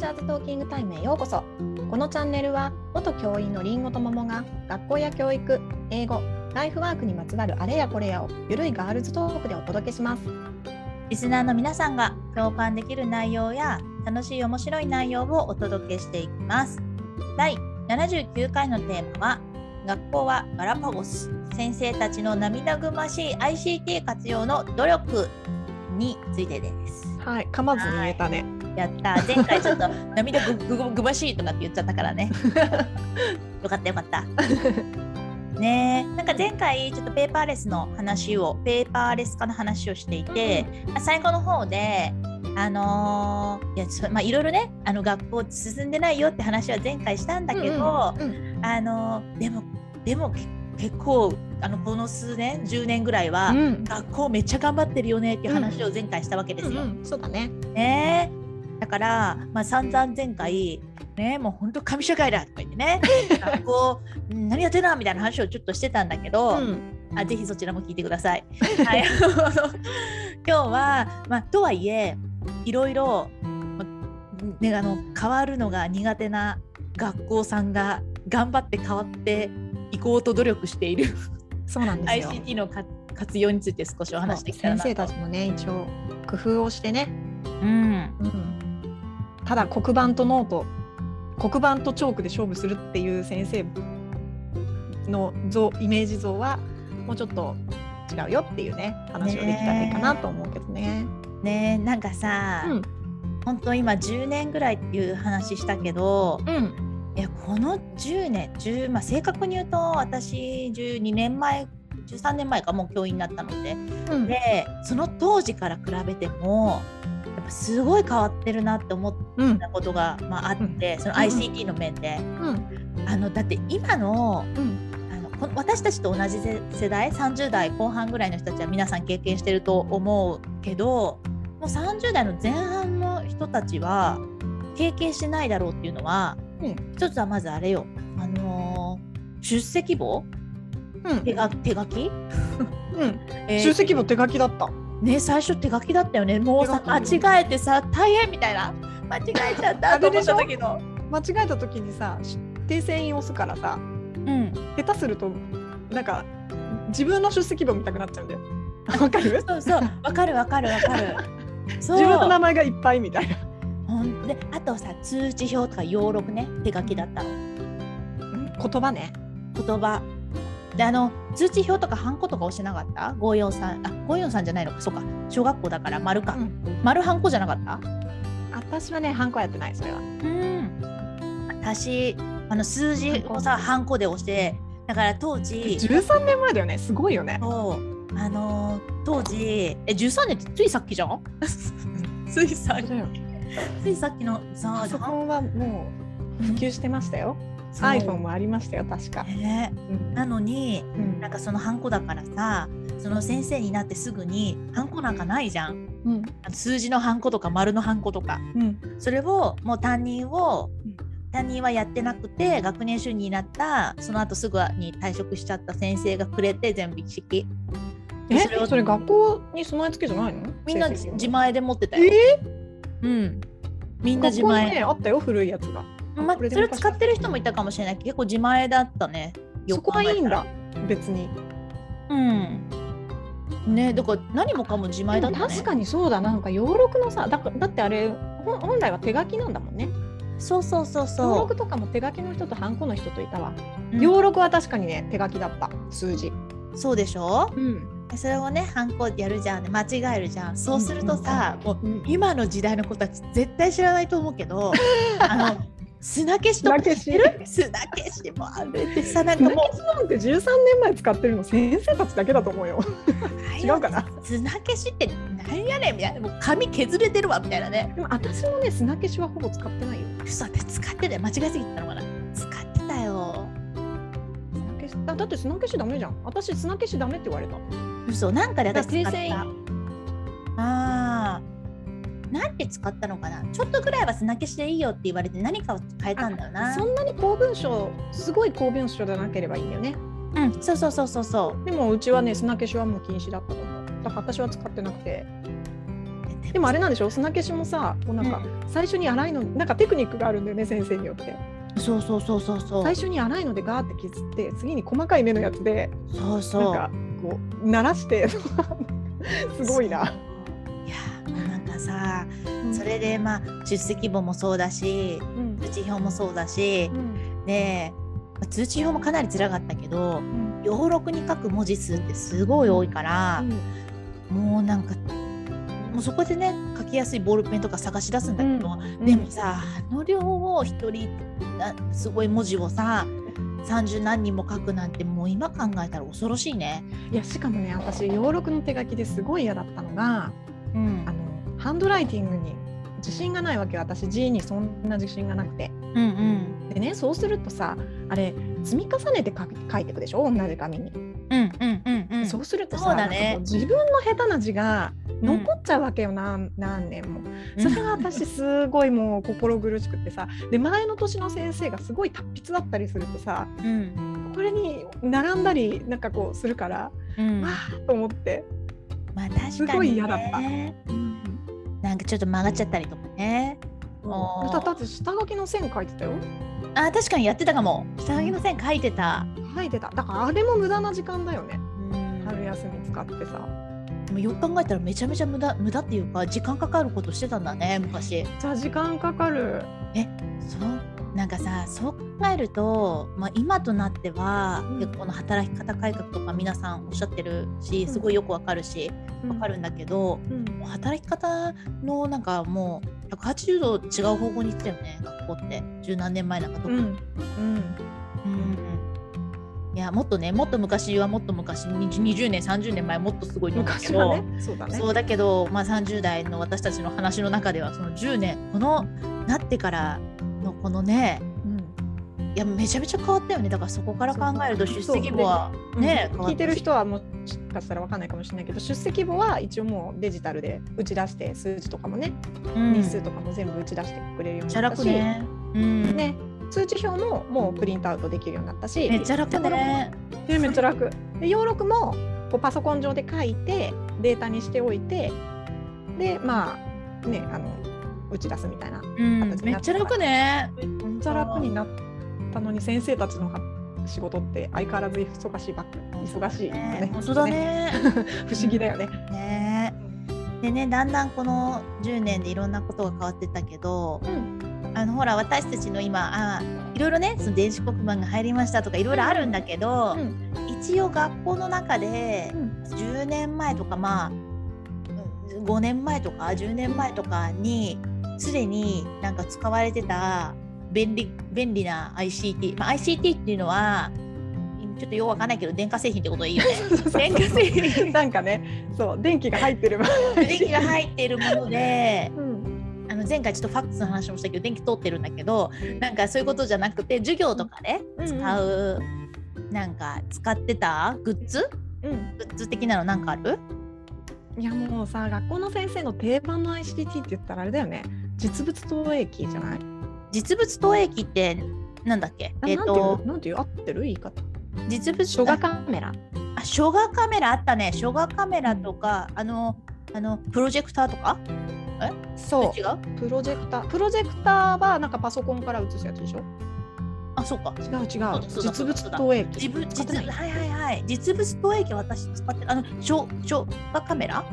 トーキングタイムへようこそこのチャンネルは元教員のりんごと桃が学校や教育、英語、ライフワークにまつわるあれやこれやをゆるいガールズトークでお届けしますリスナーの皆さんが共感できる内容や楽しい面白い内容をお届けしていきます。第79回のテーマは学校はガラパゴス先生たちの涙ぐましい ICT 活用の努力についてです。はい、噛まずに言えたねやった前回 ちょっと涙ぐぐぐぐましいとかって言っちゃったからね。よかったよかった。ねえなんか前回ちょっとペーパーレスの話をペーパーレス化の話をしていて、まあ最後の方であのーいやそまあいろいろねあの学校進んでないよって話は前回したんだけど、うんうんあのーでもでもけ結構あのこの数年10年ぐらいは、うん学校めっちゃ頑張ってるよねっていう話を前回したわけですよ。うんうんそうだねねだから、まあ、散々前回、ね、もう本当神社会だとか言っ てね学校うん何やってんだみたいな話をちょっとしてたんだけど、んあぜひそちらも聞いてください。 はい、あの今日は、まあ、とはいえいろいろ、まね、あの変わるのが苦手な学校さんが頑張って変わっていこうと努力しているそうなんですよ ICT の活活用について少しお話してきたら先なと生たちもね、一応工夫をしてねうん、ただ黒板とノート黒板とチョークで勝負するっていう先生の像イメージ像はもうちょっと違うよっていうね話をできたらいいかなと思うけどね。ねえなんかさ、うん本当今10年ぐらいっていう話したけどうんいやこの10年10、まあ、正確に言うと私12年前13年前かもう教員になったのでうんでその当時から比べてもやっぱすごい変わってるなって思っうんたことが、まあ、あって、そのうん ICT の面で、うんあのだって今のうんあのこ私たちと同じ世世代30代後半ぐらいの人たちは皆さん経験してると思うけどもう30代の前半の人たちは経験してないだろうっていうのは、うん一つはまずあれよ、あのー出席簿うん手が手書き、うんえー出席簿手書きだった。ね最初手書きだったよねもうさ手書き間違えてさ大変みたいな間違えちゃったと思った時の。間違えた時にさ訂正印押すからさうん、下手するとなんか自分の出席簿見たくなっちゃうんだよ。わかるそうそうわかるわかるわ かるそう自分の名前がいっぱいみたいな。ほんであとさ通知表とか要録ね手書きだったの言葉ね。言葉であの通知表とかハンコとか押してなかった543あ543じゃないのかそうか小学校だから丸か、うん丸ハンコじゃなかった私はねハンコやってないそれは。うん私あの数字をさハンコで押してだから当時13年前だよねすごいよねそうあのー当時え13年ってついさっきじゃん ついさっきついさっきのさパソコンはもう普及してましたよそう iPhone もありましたよ確か、ねうんなのにうんなんかそのハンコだからさその先生になってすぐにハンコなんかないじゃんうんあの数字のハンコとか丸のハンコとかうんそれをもう担任をうん担任はやってなくて学年主任になったその後すぐに退職しちゃった先生がくれて全部一式えそそれれを学校に備え付けじゃないのみんな成績自前で持ってたよ、えうんみんな自学校に前、ねあったよ古いやつがまあ、これでそもれ使ってる人もいたかもしれないけど結構自前だったねよそくこ考はえいいんたらだ別に、うんねだから何もかも自前だったね確かにそうだなんか洋録のさだかだってあれほん本来は手書きなんだもんねそうそうそう洋そう録とかも手書きの人とハンコの人といたわうん洋録は確かにね手書きだった数字そうでしょうん、それをねハンコやるじゃん間違えるじゃんそうするとさ、もううん、今の時代の子たち絶対知らないと思うけ どあの砂消しとか砂消知しってる砂消しもあれでさなんかもうなんて13年前使ってるの先生たちだけだと思うよ。違うかな砂消しってなんやねんみたいなもう髪削れてるわみたいなねでも私もね砂消しはほぼ使ってないよ。嘘私使ってたよ間違えすぎてたのかな使ってたよ砂消しだだって砂消しダメじゃん。私砂消しダメって言われた。嘘なんかで私使っだから訂正たあーなんて使ったのかなちょっとぐらいは砂消しでいいよって言われて何かを変えたんだよなそんなに公文書すごい公文書じゃなければいいんだよね。うん、そうそうそうそうそうでもうちはね砂消しはもう禁止だったと思う。だから私は使ってなくて。えっでもあれなんでしょ砂消しもさこうなんか最初に洗いのなんかテクニックがあるんだよね先生によってそうそうそうそうそう最初に洗いのでガーって削って次に細かい目のやつでそうなんそうかこう鳴らして すごいな。いやーもうなんかさうんそれでまあ出席簿もそうだしうん通知表もそうだしうんで、まあ通知表もかなり辛かったけどうん洋録に書く文字数ってすごい多いから、もうなんかもうそこでね書きやすいボールペンとか探し出すんだけど、うんでもさあの量を一人なすごい文字をさ30何人も書くなんてもう今考えたら恐ろしいね。いやしかもね私洋録の手書きですごい嫌だったのがうんあのハンドライティングに自信がないわけ私字にそんな自信がなくてうんうんでねそうするとさあれ積み重ねて書く書いていくでしょ同じ紙に、うんうんうんうんそうするとさそうだねなんかこう自分の下手な字が残っちゃうわけよ、何何年もそれが私すごいもう心苦しくてさで前の年の先生がすごい達筆だったりするとさうんこれに並んだりなんかこうするから、うんわあと思って、まあ確かに、ね、すごい嫌だったなんかちょっと曲がっちゃったりとかねおーだだって下書きの線書いてたよあー確かにやってたかも下書きの線書いてた、書いてただからあれも無駄な時間だよねうん春休み使ってさでもよく考えたらめちゃめちゃ無駄無駄っていうか時間かかることしてたんだね昔じゃあ時間かかるそうなんかさそう考えると、まあ、今となっては、うん結構この働き方改革とか皆さんおっしゃってるしんすごいよくわかるしわかるんだけど、うんもう働き方のなんかもう180度違う方向に行ってたよね学校って十何年前なんか特うんに。うんいやもっとねもっと昔はもっと昔20 20年30年前もっとすごいと思うけ昔どはねそうだねそうだけど、まあ、30代の私たちの話の中ではその10年このなってからのこのねうんいやめちゃめちゃ変わったよねだからそこから考えると出席簿はうんね、変わった聞いてる人はもしかしたらわかんないかもしれないけど出席簿は一応もうデジタルで打ち出して数字とかもね、うん日数とかも全部打ち出してくれるようにめっちゃなった楽し、ね。うん、ね通知表ももうプリントアウトできるようになったしめっちゃ楽ね。ねめっちゃ楽で要録もこうパソコン上で書いてデータにしておいてでまあねあの打ち出すみたいなうん形にめなっっちゃたから楽ね。めっちゃ楽になったのに先生たちの仕事って相変わらず忙しいばっか忙しいよね本当だね。 不思議だよね。ねでねだんだんこの10年でいろんなことが変わってったけどうんあのほら私たちの今あいろいろねその電子黒板が入りましたとかいろいろあるんだけど、うん一応学校の中でうん10年前とかまあうん5年前とか10年前とかにすでになんか使われてた便利便利な ICT、まあ、ICT っていうのはちょっとよくわかんないけど電化製品ってことでいい よね。電化製品なんかね、そう電気が入ってれば。電気が入っているものでうんあの前回ちょっとファックスの話もしたけど電気通ってるんだけどなんかそういうことじゃなくて授業とかでうんうん使う、なんか使ってたグッズうん。グッズ的なのなんかあるいやもうさ学校の先生の定番の ICT って言ったらあれだよね。実物投影機じゃない？実物投影機ってなんだっけあえっ、となんていうなんていう合ってる言い方？実物書画カメラ。あ書画カメラあったね書画カメラとかあのあのプロジェクターとかそ違うう。プロジェクター。プロジェクターはなんかパソコンから映すやつでしょ？あそうか違う違う。だそうだ実物投影自機。分使って実ない物はいはいはい実物投影機私使ってるあの書書画カメラ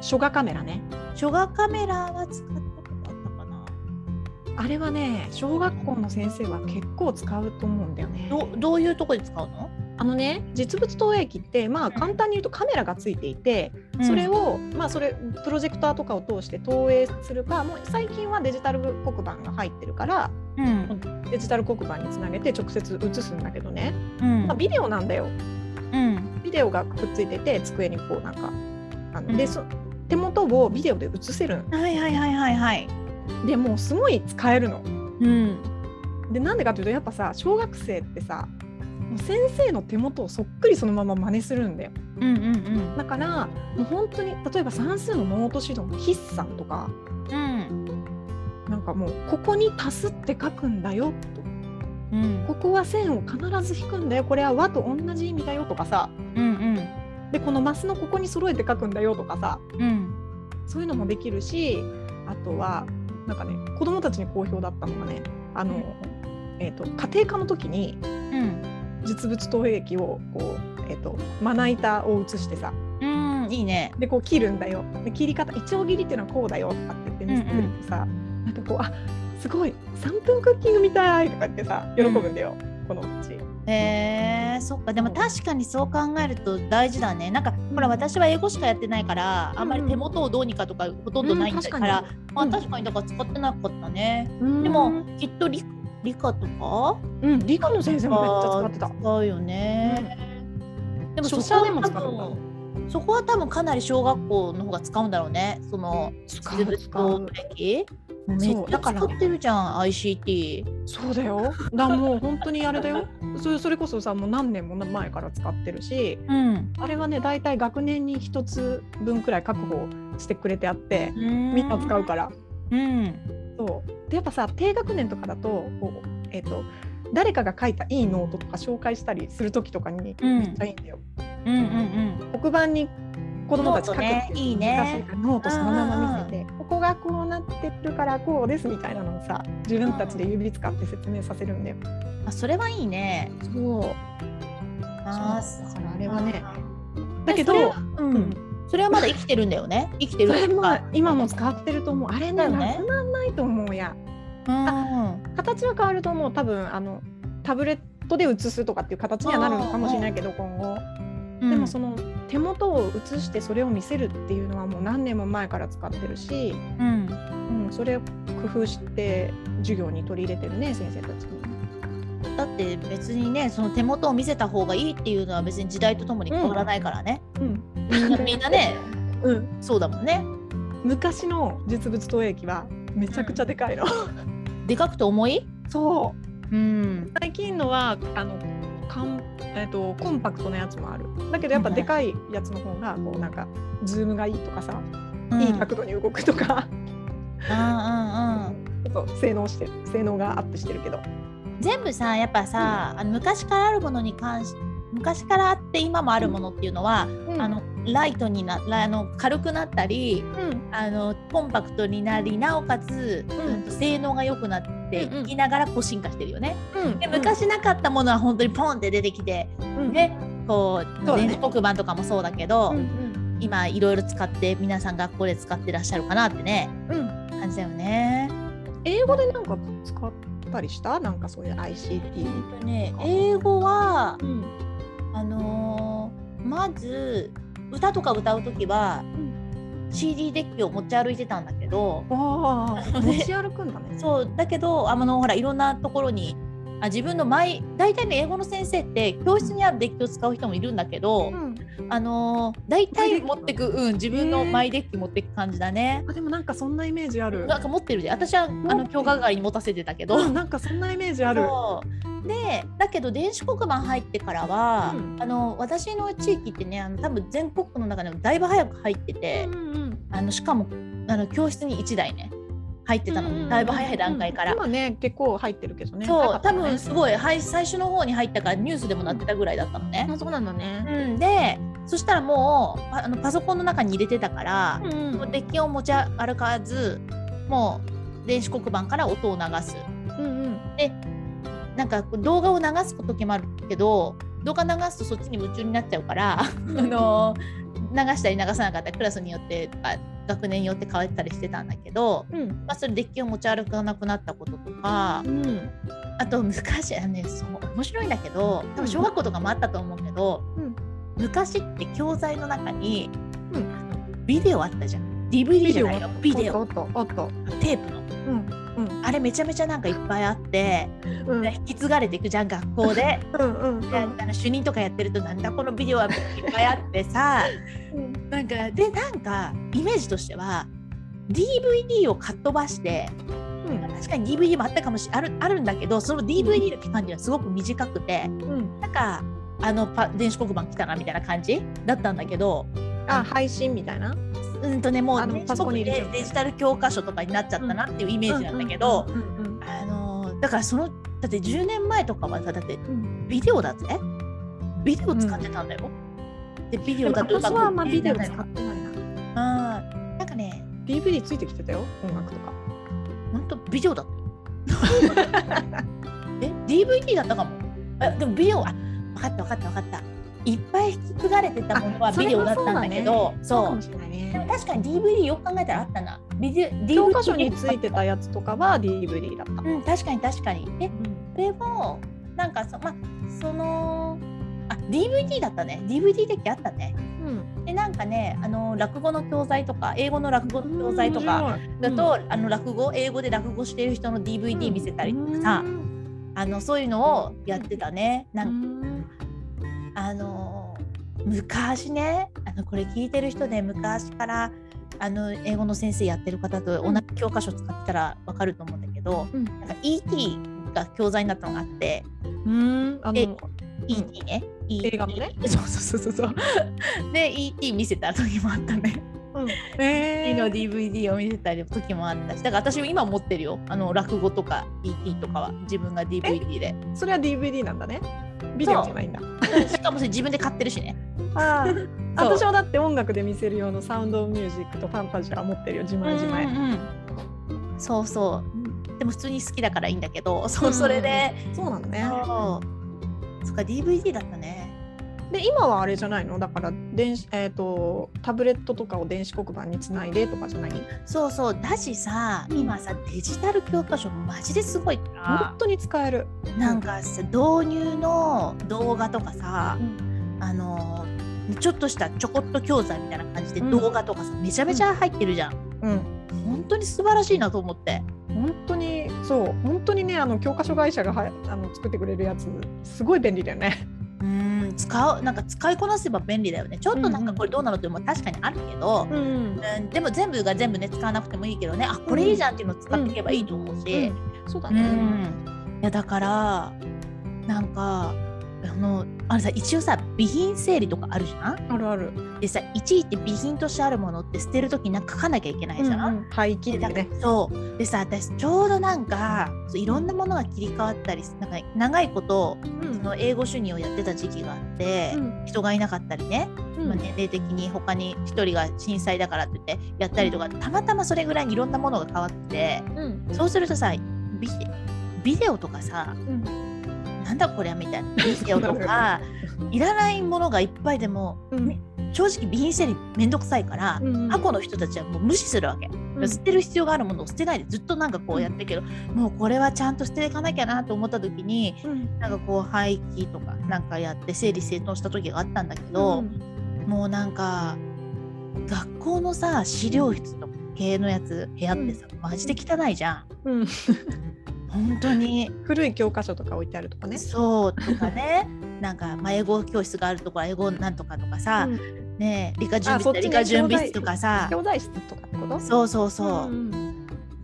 書画カメラね。書画カメラは使ったことあったかなあれはね小学校の先生は結構使うと思うんだよね。どどういうとこで使うの、あのね実物投影機ってまあ簡単に言うとカメラがついていて。それをを、まあ、それプロジェクターとかを通して投影するかもう最近はデジタル黒板が入ってるからうんデジタル黒板につなげて直接映すんだけどね、うんまあ、ビデオなんだようんビデオがくっついてて机にこうなんかあの、うんでそ手元をビデオで映せるはいはいはいはいはいんでもうすごい使えるの。うんでなんでかというとやっぱさ小学生ってさもう先生の手元をそっくりそのまま真似するんだようんうんだからもう本当に例えば算数のノート指導の筆算とかうんなんかもうここに足すって書くんだよとうんここは線を必ず引くんだよこれは和と同じ意味だよとかさうんうんでこのマスのここに揃えて書くんだよとかさうんそういうのもできるしあとはなんかね子どもたちに好評だったのがねあの、うんえー、と家庭科の時にうん実物投影機をこう、えー、とまな板を写してさうんいいねでこう切るんだよで切り方一応切りっていうのはこうだよとかって言って見せてくれてさ、なんかこうあすごい3分クッキングみたいとか言ってさ喜ぶんだよ、このうち。へえそっかでも確かにそう考えると大事だねなんかほら私は英語しかやってないからあんまり手元をどうにかとかほとんどないんだから、うん確まうあん確かにだから使ってなかったね、ででもきっと理理科とかうん、理科の先生もめっちゃ使ってた。使うよね、でもそ書こは写でも使って多た分そこは多分かなり小学校の方が使うんだろうねその使実う物使投う影機めっそうちだゃから使ってるじゃん ICT そうだよ。だもう本当にあれだよ。 それそれこそさもう何年も前から使ってるし、うんあれはねだいたい学年に一つ分くらい確保してくれてあって、みみんな使うから。うんそう。でやっぱさ低学年とかだとこうえっ、と誰かが書いたいいノートとか紹介したりする時とかにうんめっちゃいいんだよ。うんうんうん黒板に子供たち書くってノートねいいいうのが難しいねからノートそのまま見せてここがこうなってるからこうですみたいなのをさ自分たちで指使って説明させるんだよ。あそれはいいね。そうあそうーだからあれはね。だだけけど、ど、ううん、それはまだ生きてるんだよ ね。生きてそるれともか。今も使ってると思う。あれだね、よなねくなんないと思うや。うん。形は変わると思う。多分あのタブレットで写すとかっていう形にはなるのかもしれないけど、今後。でもその手元を写してそれを見せるっていうのはもう何年も前から使ってるし、うん、うん、それを工夫して授業に取り入れてるね先生たちに。うん、だって別にねその手元を見せた方がいいっていうのは別に時代とともに変わらないからね、うんみんなみんなねうん、そうだもんね昔の実物投影機はめちゃくちゃでかいの。でかくて重い、そう。うん、最近のはあのかん、えっとコンパクトなやつもあるだけどやっぱはいはでいかいやつの方がこうなんかズームがいいとかさ、いい角度に動くとか、 うんうんうんちょっと性能してる性能がアップしてるけど全部さやっぱさ、あの昔からあるものに関し昔からあって今もあるものっていうのは、あのライトになラあの軽くなったり、うんあのコンパクトになりなおかつ、うんうん性能が良くなっていきながらこう進化してるよね。うんで昔なかったものは本当にポンって出てきて、うんねこうそうだね電子黒板とかもそうだけど、うんうん今いろいろ使って皆さん学校で使ってらっしゃるかなってねうん感じだよね。英語でなんか使ったりしたなんかそういう ICT えっとね英語はうんあのーまず歌とか歌う時は、CD デッキを持ち歩いてたんだけど。あああのね持ち歩くんだね そうだけどあのほらいろんなところにあ自分の前大体ね英語の先生って教室にあるデッキを使う人もいるんだけうど、んあのー大体持ってく、うん、自分のへーマイデッキ持ってく感じだね。あでもなんかそんなイメージあるなんか持ってるで私はあの教科外に持たせてたけど。うんなんかそんなイメージあるそうでだけど電子黒板入ってからは、うんあの私の地域ってねあの多分全国区の中でもだいぶ早く入ってて、うんうんあのしかもあの教室に1台ね入ってたの、うんだいぶ早い段階からうん。今ね結構入ってるけどねそ高うか多ったね分すごい、はい、最初の方に入ったからニュースでもなってたぐらいだったのね。あそうなんだね。うん、でそしたらもうパあのパソコンの中に入れてたから、んもうデッキを持ち歩かずもう電子黒板から音を流すうんなんかこう動画を流す時もあるけど動画流すとそっちに夢中になっちゃうから あの流したり流さなかったりクラスによってあ学年によって変わったりしてたんだけど、うんまあ、それデッキを持ち歩かなくなったこととか。うんあと昔あのねそう面白いんだけど多分小学校とかもあったと思うけど、うん昔って教材の中に、うビデオあったじゃん DVD じゃないよビデおオっとおっとおっとテープのうんうんあれめちゃめちゃなんかいっぱいあって、うんうん引き継がれていくじゃん学校でうんであの主任とかやってるとなんだこのビデオはいっぱいあってさうんなんかでなんかイメージとしては DVD をかっ飛ばして確かに DVD もあったかもしあるあるんだけどその DVD の期間っていうのはすごく短くて。うんなんかあのパ電子黒板来たなみたいな感じだったんだけどあ配信みたいなうんとねもあうの電パ子ソ黒コン板に入れちゃでうデジタル教科書とかになっちゃったなっていうイメージなんだけど、うんうんあのーだからそのだって10年前とかはさだってうんビデオだぜビデオ使ってたんだよ。でビデオだと私はあんまビデオう使ってないなまく見えないうんなんかね DVD ついてきてたよ音楽とか本当ビデオだった え DVD だったかもあでもビデオあ分かった分かった分かったいっぱい引き継がれてたものはあそれビはデオだったんだけどかそう,、もしれないでもね確かに DVD よく考えたらあったなビデオ DVD 教科書についてたやつとかは DVD だった、うん確かに確かにえこれもなんかそ,、まあ、そのあ DVD だったね DVD 的あったねうんでなんかねあの落語の教材とか英語の落語の教材とかだと、あの落語英語で落語してる人の DVD 見せたりとかさ、あのそういうのをやってたねなんかあの昔ねあのこれ聞いてる人ね昔からあの英語の先生やってる方と同じ教科書使ってたらわかると思うんだけど、うんなんか ET が教材になったのがあって、うんあえの ET ね、映画のねそうそうそ うそうで ET 見せた時もあったね、え ET のー DVD を見せた時もあったしだから私も今持ってるよあの落語とか ET とかは自分が DVD でそれは DVD なんだねビデオじゃないんだしかもそれ自分で買ってるしねあーそう私はだって音楽で見せる用のサウンドオブミュージックとファンタジアは持ってるよ自前自前、うんうんうんそうそうでも普通に好きだからいいんだけど そうそれで、そうなのねそうそっか DVD だったねで今はあれじゃないのだから電子、えー、とタブレットとかを電子黒板につないでとかじゃないそうそうだしさ今さデジタル教科書マジですごいから本当に使えるなんかさ導入の動画とかさ、あのちょっとしたちょこっと教材みたいな感じでうん動画とかさ、めちゃめちゃ入ってるじゃん、うん本当に素晴らしいなと思って本当にそう本当にねあの教科書会社がはあの作ってくれるやつすごい便利だよねうん使うなんか使いこなせば便利だよねちょっとなんうんうかんこれどうなのっていうのも確かにあるけど、うんん、でも全部が全部ね使わなくてもいいけどねあこれいいじゃんっていうのを使っていけばいいと思うし、そうだうんね、いやだからなんかあのあれさ一応さ備品整理とかあるじゃんあるあるでさいちいち備品としてあるものって捨てるときなんか書かなきゃいけないじゃん。うんうん廃棄でってなんかねそうでさ私ちょうどなんかそういろんなものが切り替わったりなんか長いことその英語主任をやってた時期があって、うん人がいなかったりね、うんまあ、年齢的に他に1人が震災だからって言ってやったりとかたまたまそれぐらいにいろんなものが変わってうんそうするとさビデビデオとかさなんだこれみたいなビデオと かいらないものがいっぱいでもうんね正直備品整理めんどくさいから、うん過去の人たちはもう無視するわけ、うん捨てる必要があるものを捨てないでずっとなんかこうやってるけど、もうこれはちゃんと捨てていかなきゃなと思った時にうんなんかこう廃棄とかなんかやって整理整頓した時があったんだけど、もうなんか学校のさ資料室とか系のやつ部屋ってさ、マジで汚いじゃんうん本当に。古い教科書とか置いてあるとかねそうとかね なんか、まあ、英語教室があるとこは英語なんとかとかさ、うんねえ理科準あそ備っちね理科準備室とかさ教材室とかってことそうそうそう、ん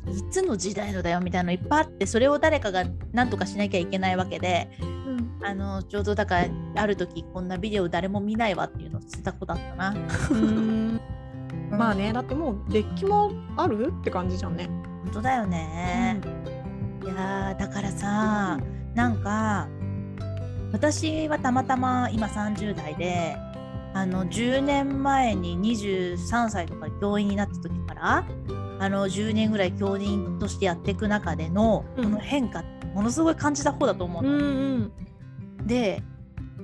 いつの時代のだよみたいなのいっぱいあってそれを誰かが何とかしなきゃいけないわけでうんあのちょうどだからある時こんなビデオ誰も見ないわっていうのを捨てた子だったな。うんまああねだってもうデッキもあるって感じじゃんね本当だよね、いやーだからさなんか私はたまたま今30代であの10年前に23歳とかで教員になった時からあの10年ぐらい教員としてやっていく中でのうこんの変化ってものすごい感じた方だと思ううの。んで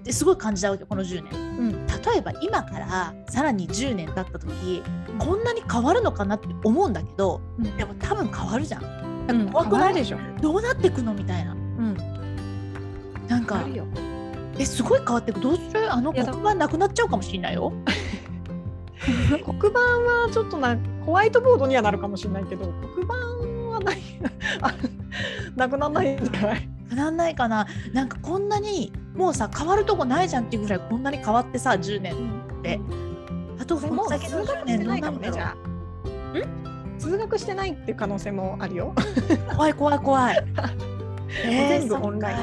ですごい感じたわけこの10年。うん例えば今からさらに10年経った時こんなに変わるのかなって思うんだけどうんでも多分変わるじゃん。うん怖くない変わるでしょどうなってくのみたいな。うんなんあかるよえすごい変わってくどうするあのいや黒板なくなっちゃうかもしれないよ。黒板はちょっとなホワイトボードにはなるかもしれないけど黒板はない あなくならないんじゃないなんないかななんかこんなにもうさ変わるとこないじゃんっていうぐらいこんなに変わってさ10年であとこものう先数の学10して年どなういなかもねるんだろじゃあ数学してないっていう可能性もあるよ う怖い怖い怖い。えー全部オンライン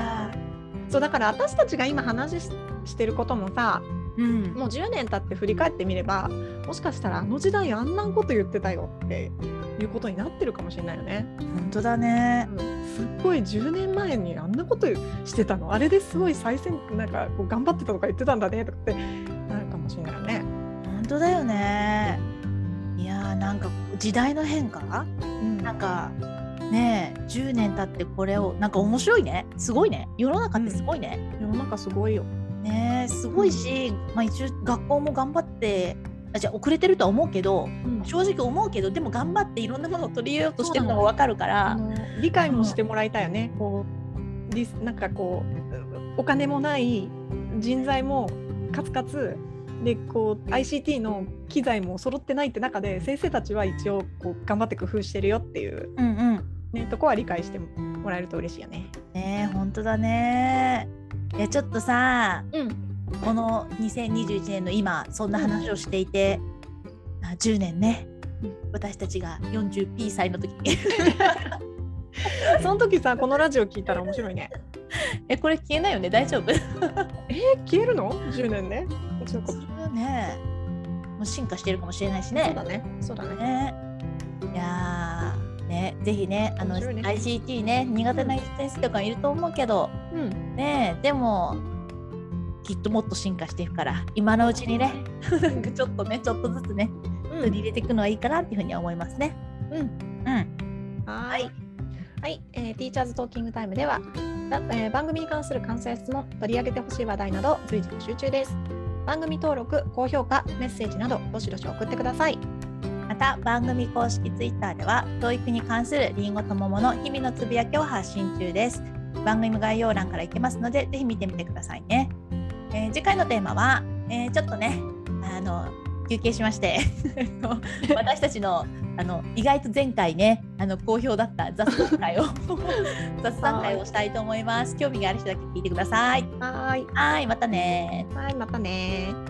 そうだから私たちが今話ししてることもさうん、もう10年経って振り返ってみればもしかしたらあの時代あんなこと言ってたよっていうことになってるかもしれないよね。本当だね。すっごい10年前にあんなことしてたのあれですごい最先なんかこう頑張ってたとか言ってたんだねとかってなるかもしれないよね。本当だよね。いやあーなんか時代の変化うんなんかねえ10年経ってこれをなんか面白いねすごいね世の中ってすごいね、世の中すごいよ。ねえすごいし、まあ、一応学校も頑張ってあじゃあ遅れてるとは思うけど正直思うけどでも頑張っていろんなものを取り入れようとしてるのが分かるかあらの理解もしてもらいたいよね。こうリスなんかこうお金もない人材もかつかつでこう ICT の機材も揃ってないって中で先生たちは一応こう頑張って工夫してるよっていう、うんうんね、とこは理解してもらえると嬉しいよね。ねえ本当だねいやちょっとさうん、この2021年の今そんな話をしていて、あ10年ねうん私たちが 40P 歳の時 にその時さこのラジオ聞いたら面白いね。えこれ消えないよね大丈夫え消えるの？10年ね。ちょっと そそうよねもう進化してるかもしれないしねうだね。そうだね。ねいやーねぜひねあの面白いね ICT ね苦手な先生とかいると思うけど、うん。ねでもきっともっと進化していくから今のうちにねなんかちょっとねちょっとずつねう取ん。り入れていくのはいいかなっていうふうには思いますね。うんうんははーいい。はい、えー、ティーチャーズトーキングタイムでは、だえー番組に関する感想や質問、取り上げてほしい話題など随時募集中です。番組登録、高評価、メッセージなどどしどし送ってください。また番組公式 Twitter では教育に関するりんごと桃の日々のつぶやきを発信中です番組概要欄から行けますのでぜひ見てみてくださいね、えー次回のテーマは、えーちょっとねあの休憩しまして 私たちのあの意外と前回ねあの好評だった雑談会を雑談会をしたいと思います興味がある人だけ聞いてくださいはーい、はいまたねはい、またねー